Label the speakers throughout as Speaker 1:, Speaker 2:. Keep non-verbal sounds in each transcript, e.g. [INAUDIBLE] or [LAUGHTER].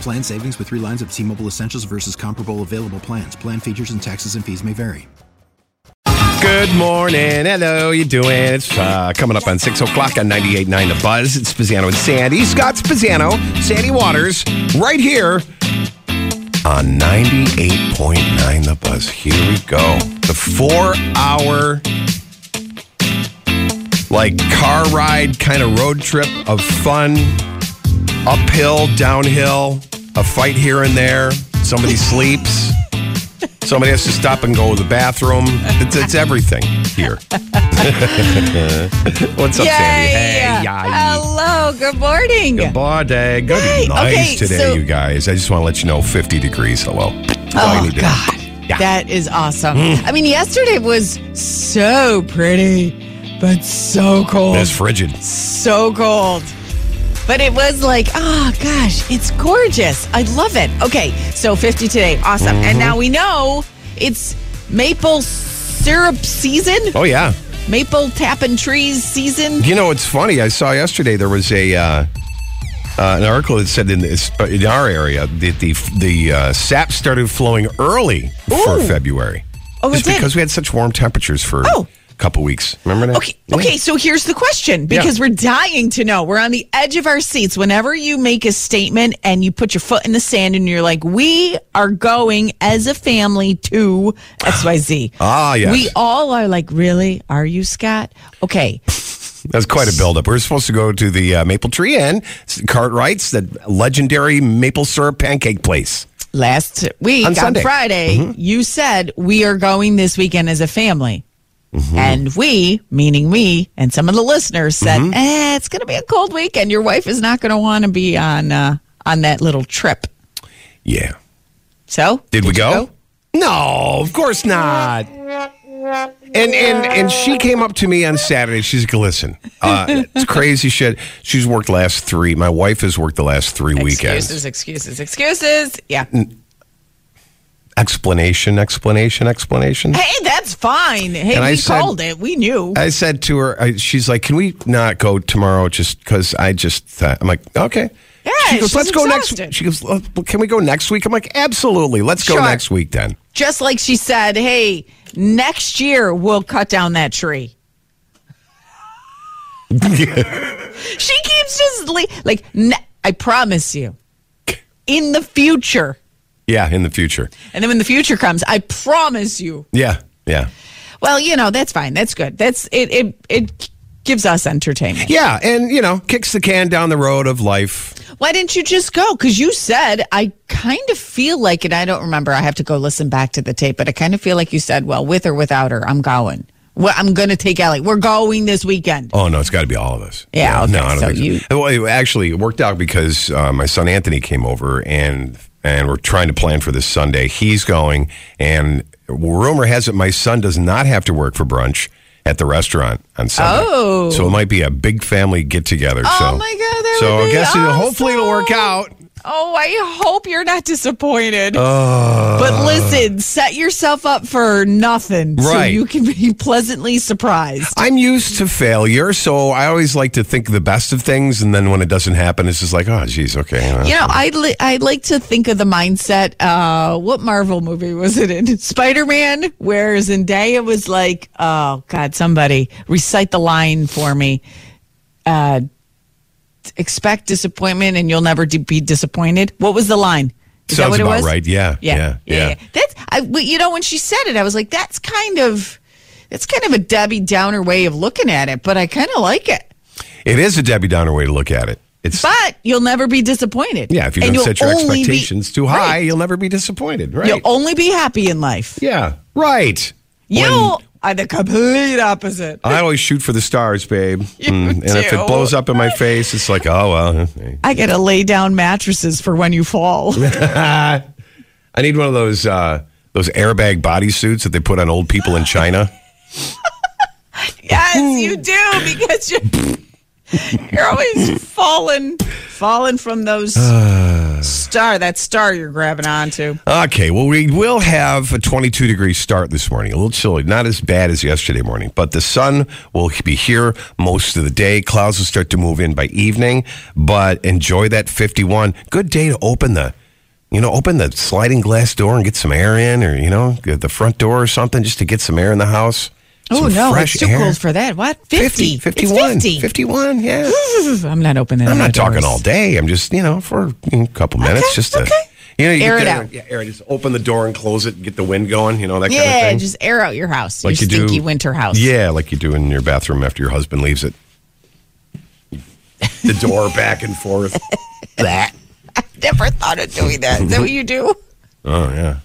Speaker 1: Plan savings with three lines of T Mobile Essentials versus comparable available plans. Plan features and taxes and fees may vary.
Speaker 2: Good morning. Hello, you doing? It's uh, coming up on 6 o'clock on 98.9 The Buzz. It's Spaziano and Sandy. Scott Spaziano, Sandy Waters, right here on 98.9 The Buzz. Here we go. The four hour, like, car ride kind of road trip of fun, uphill, downhill, a fight here and there. Somebody [LAUGHS] sleeps. Somebody has to stop and go to the bathroom. It's, it's everything here. [LAUGHS] What's up,
Speaker 3: Yay!
Speaker 2: Sandy? Hey, yay.
Speaker 3: Hello. Good morning.
Speaker 2: Good morning. Good
Speaker 3: Hey,
Speaker 2: nice
Speaker 3: okay,
Speaker 2: today,
Speaker 3: so-
Speaker 2: you guys. I just want to let you know 50 degrees. Hello. That's all you
Speaker 3: oh
Speaker 2: need to know.
Speaker 3: God,
Speaker 2: Yeah. Mm.
Speaker 3: that is awesome. I mean, yesterday was so pretty, but so cold.
Speaker 2: It's frigid.
Speaker 3: so cold. But it was like, oh gosh, it's gorgeous. I love it. Okay, so 50 today. Awesome.
Speaker 2: Mm-hmm.
Speaker 3: And now we know it's maple syrup season,
Speaker 2: Oh, yeah.
Speaker 3: maple tapping trees season.
Speaker 2: You know, it's funny. I saw yesterday there was a. Uh, uh, an article that said in, this, uh, in our area that the the uh, sap started flowing early for
Speaker 3: Ooh.
Speaker 2: February.
Speaker 3: Oh, it
Speaker 2: It's
Speaker 3: did.
Speaker 2: because we had such warm temperatures for
Speaker 3: Oh.
Speaker 2: a couple weeks. Remember that?
Speaker 3: Okay, okay, so here's the question because we're dying to know. We're on the edge of our seats. Whenever you make a statement and you put your foot in the sand and you're like, we are going as a family to XYZ.
Speaker 2: [SIGHS] Ah, yes.
Speaker 3: We all are like, really? Are you, Scott? Okay.
Speaker 2: That's quite a buildup. We were supposed to go to the uh, Maple Tree Inn, Cartwright's, that legendary maple syrup pancake place.
Speaker 3: Last week
Speaker 2: On
Speaker 3: on,
Speaker 2: Sunday. Mm-hmm.
Speaker 3: Friday, you said we are going this weekend as a family.
Speaker 2: Mm-hmm.
Speaker 3: And we, meaning me and some of the listeners, said,
Speaker 2: Mm-hmm.
Speaker 3: eh, it's going to be a cold week and your wife is not going to want to be on, uh, on that little trip.
Speaker 2: Yeah.
Speaker 3: So
Speaker 2: Did, we
Speaker 3: you
Speaker 2: go? No, of course not. And and and she came up to me on Saturday. She's like, "Listen, uh, it's crazy shit. She's worked last three. My wife has worked the last three weekends.
Speaker 3: Excuses, excuses, excuses. Yeah.
Speaker 2: Explanation, explanation, explanation.
Speaker 3: Hey, that's fine. Hey,
Speaker 2: And
Speaker 3: we
Speaker 2: I said-
Speaker 3: called it. We knew.
Speaker 2: I said to her, I, she's like, "Can we not go tomorrow? Just because I just thought, I'm like, okay."
Speaker 3: Yeah,
Speaker 2: she goes,
Speaker 3: she's
Speaker 2: "Let's go
Speaker 3: exhausted.
Speaker 2: next." She goes, "Well, "Can we go next week?" I'm like, "Absolutely, let's go
Speaker 3: Sure.
Speaker 2: next week then."
Speaker 3: Just like she said, hey, next year we'll cut down
Speaker 2: [LAUGHS]
Speaker 3: that tree. she keeps just le- like, ne- I promise you, in the future.
Speaker 2: Yeah, in the future.
Speaker 3: And then when the future comes, I promise you.
Speaker 2: Yeah, yeah.
Speaker 3: Well, you know, that's fine. That's good. That's it. It, it gives us entertainment.
Speaker 2: Yeah, and you know, kicks the can down the road of life.
Speaker 3: Why didn't you just go? Because you said, I kind of feel like, and I don't remember, I have to go listen back to the tape, but I kind of feel like you said, well, with or without her, I'm going. Well, I'm going to take Ellie. We're going this weekend.
Speaker 2: Oh no, it's got to be all of us.
Speaker 3: Yeah, okay,
Speaker 2: no, I don't
Speaker 3: so
Speaker 2: think so.
Speaker 3: you-
Speaker 2: Well, it actually it worked out because uh, my son Anthony came over and and we're trying to plan for this Sunday. He's going, and rumor has it my son does not have to work for brunch at the restaurant on Sunday.
Speaker 3: Oh.
Speaker 2: so it might be a big family get together.
Speaker 3: Oh,
Speaker 2: so,
Speaker 3: my God, that
Speaker 2: so
Speaker 3: would
Speaker 2: I
Speaker 3: be
Speaker 2: guess it'll- hopefully it'll work out.
Speaker 3: awesome. Oh, I hope you're not disappointed. but listen, set yourself up for nothing so
Speaker 2: Right.
Speaker 3: you can be pleasantly surprised.
Speaker 2: I'm used to failure, so I always like to think the best of things, and then when it doesn't happen, it's just like, oh, geez, okay. well,
Speaker 3: You know, I'd, li- I'd like to think of the mindset. Uh, what Marvel movie was it in? [LAUGHS] Spider Man, where Zendaya was like, oh, God, somebody recite the line for me. Uh, expect disappointment and you'll never d- be disappointed. What was the line? Is
Speaker 2: Sounds
Speaker 3: that what
Speaker 2: about
Speaker 3: it was?
Speaker 2: right. Yeah,
Speaker 3: Yeah.
Speaker 2: yeah, yeah.
Speaker 3: That's I but you know when she said it I was like that's kind of that's kind of a Debbie Downer way of looking at it, but I kind of like it.
Speaker 2: It is a Debbie Downer way to look at it. It's
Speaker 3: But you'll never be disappointed.
Speaker 2: yeah, if you don't
Speaker 3: And you'll
Speaker 2: set your
Speaker 3: only be-
Speaker 2: expectations too high,
Speaker 3: Right.
Speaker 2: you'll never be disappointed, right?
Speaker 3: You'll only be happy in life.
Speaker 2: yeah, right.
Speaker 3: You are the complete opposite.
Speaker 2: I always shoot for the stars, babe. Mm,
Speaker 3: [LAUGHS] You
Speaker 2: and if
Speaker 3: do.
Speaker 2: it blows up in my face, it's like, oh well. okay.
Speaker 3: I gotta lay down mattresses for when you fall.
Speaker 2: I need one of those uh, those airbag bodysuits that they put on old people in China.
Speaker 3: [LAUGHS] yes, you do because you're you're [LAUGHS] always falling, falling from those
Speaker 2: Uh.
Speaker 3: star that star you're grabbing onto.
Speaker 2: Okay, well, we will have a 22 degree start this morning. A little chilly, not as bad as yesterday morning, but the sun will be here most of the day. Clouds will start to move in by evening, but enjoy that 51. Good day to open the, you know, open the sliding glass door and get some air in, or you know, get the front door or something, just to get some air in the house.
Speaker 3: Oh
Speaker 2: Some
Speaker 3: no,
Speaker 2: fresh
Speaker 3: it's too
Speaker 2: air.
Speaker 3: cold for that. What
Speaker 2: 50, 51,
Speaker 3: fifty? It's fifty. Mm-hmm.
Speaker 2: 51, yeah.
Speaker 3: I'm not opening.
Speaker 2: I'm
Speaker 3: my
Speaker 2: not talking
Speaker 3: doors.
Speaker 2: all day. I'm just, you know, for a couple minutes, just to,
Speaker 3: okay.
Speaker 2: you know, you
Speaker 3: Air
Speaker 2: get
Speaker 3: it
Speaker 2: there-
Speaker 3: out.
Speaker 2: Yeah, air it. Just open the door and close it and get the wind going. You know that kind of
Speaker 3: Yeah,
Speaker 2: thing.
Speaker 3: just air out your house, your stinky winter house.
Speaker 2: Yeah, like you do in your bathroom after your husband leaves it. The door back and
Speaker 3: [LAUGHS]
Speaker 2: forth. that.
Speaker 3: Never thought of doing that. Is that what you do?
Speaker 2: [LAUGHS] Oh yeah.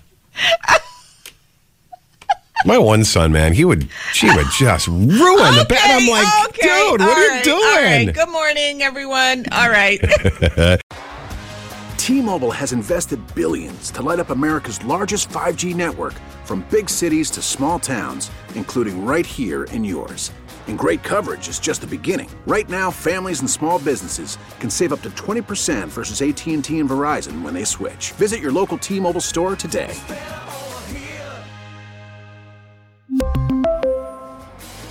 Speaker 2: My one son, man, he would, she would just ruin [LAUGHS] the bed. I'm like,
Speaker 3: [LAUGHS] okay,
Speaker 2: dude, what
Speaker 3: all
Speaker 2: are you
Speaker 3: right,
Speaker 2: doing?
Speaker 3: All right. Good morning, everyone. All
Speaker 2: [LAUGHS]
Speaker 3: right.
Speaker 4: T-Mobile has invested billions to light up America's largest 5G network from big cities to small towns, including right here in yours. And great coverage is just the beginning. Right now, families and small businesses can save up to 20% versus AT&T and Verizon when they switch. Visit your local T-Mobile store today.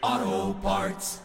Speaker 5: O'Reilly Auto Parts.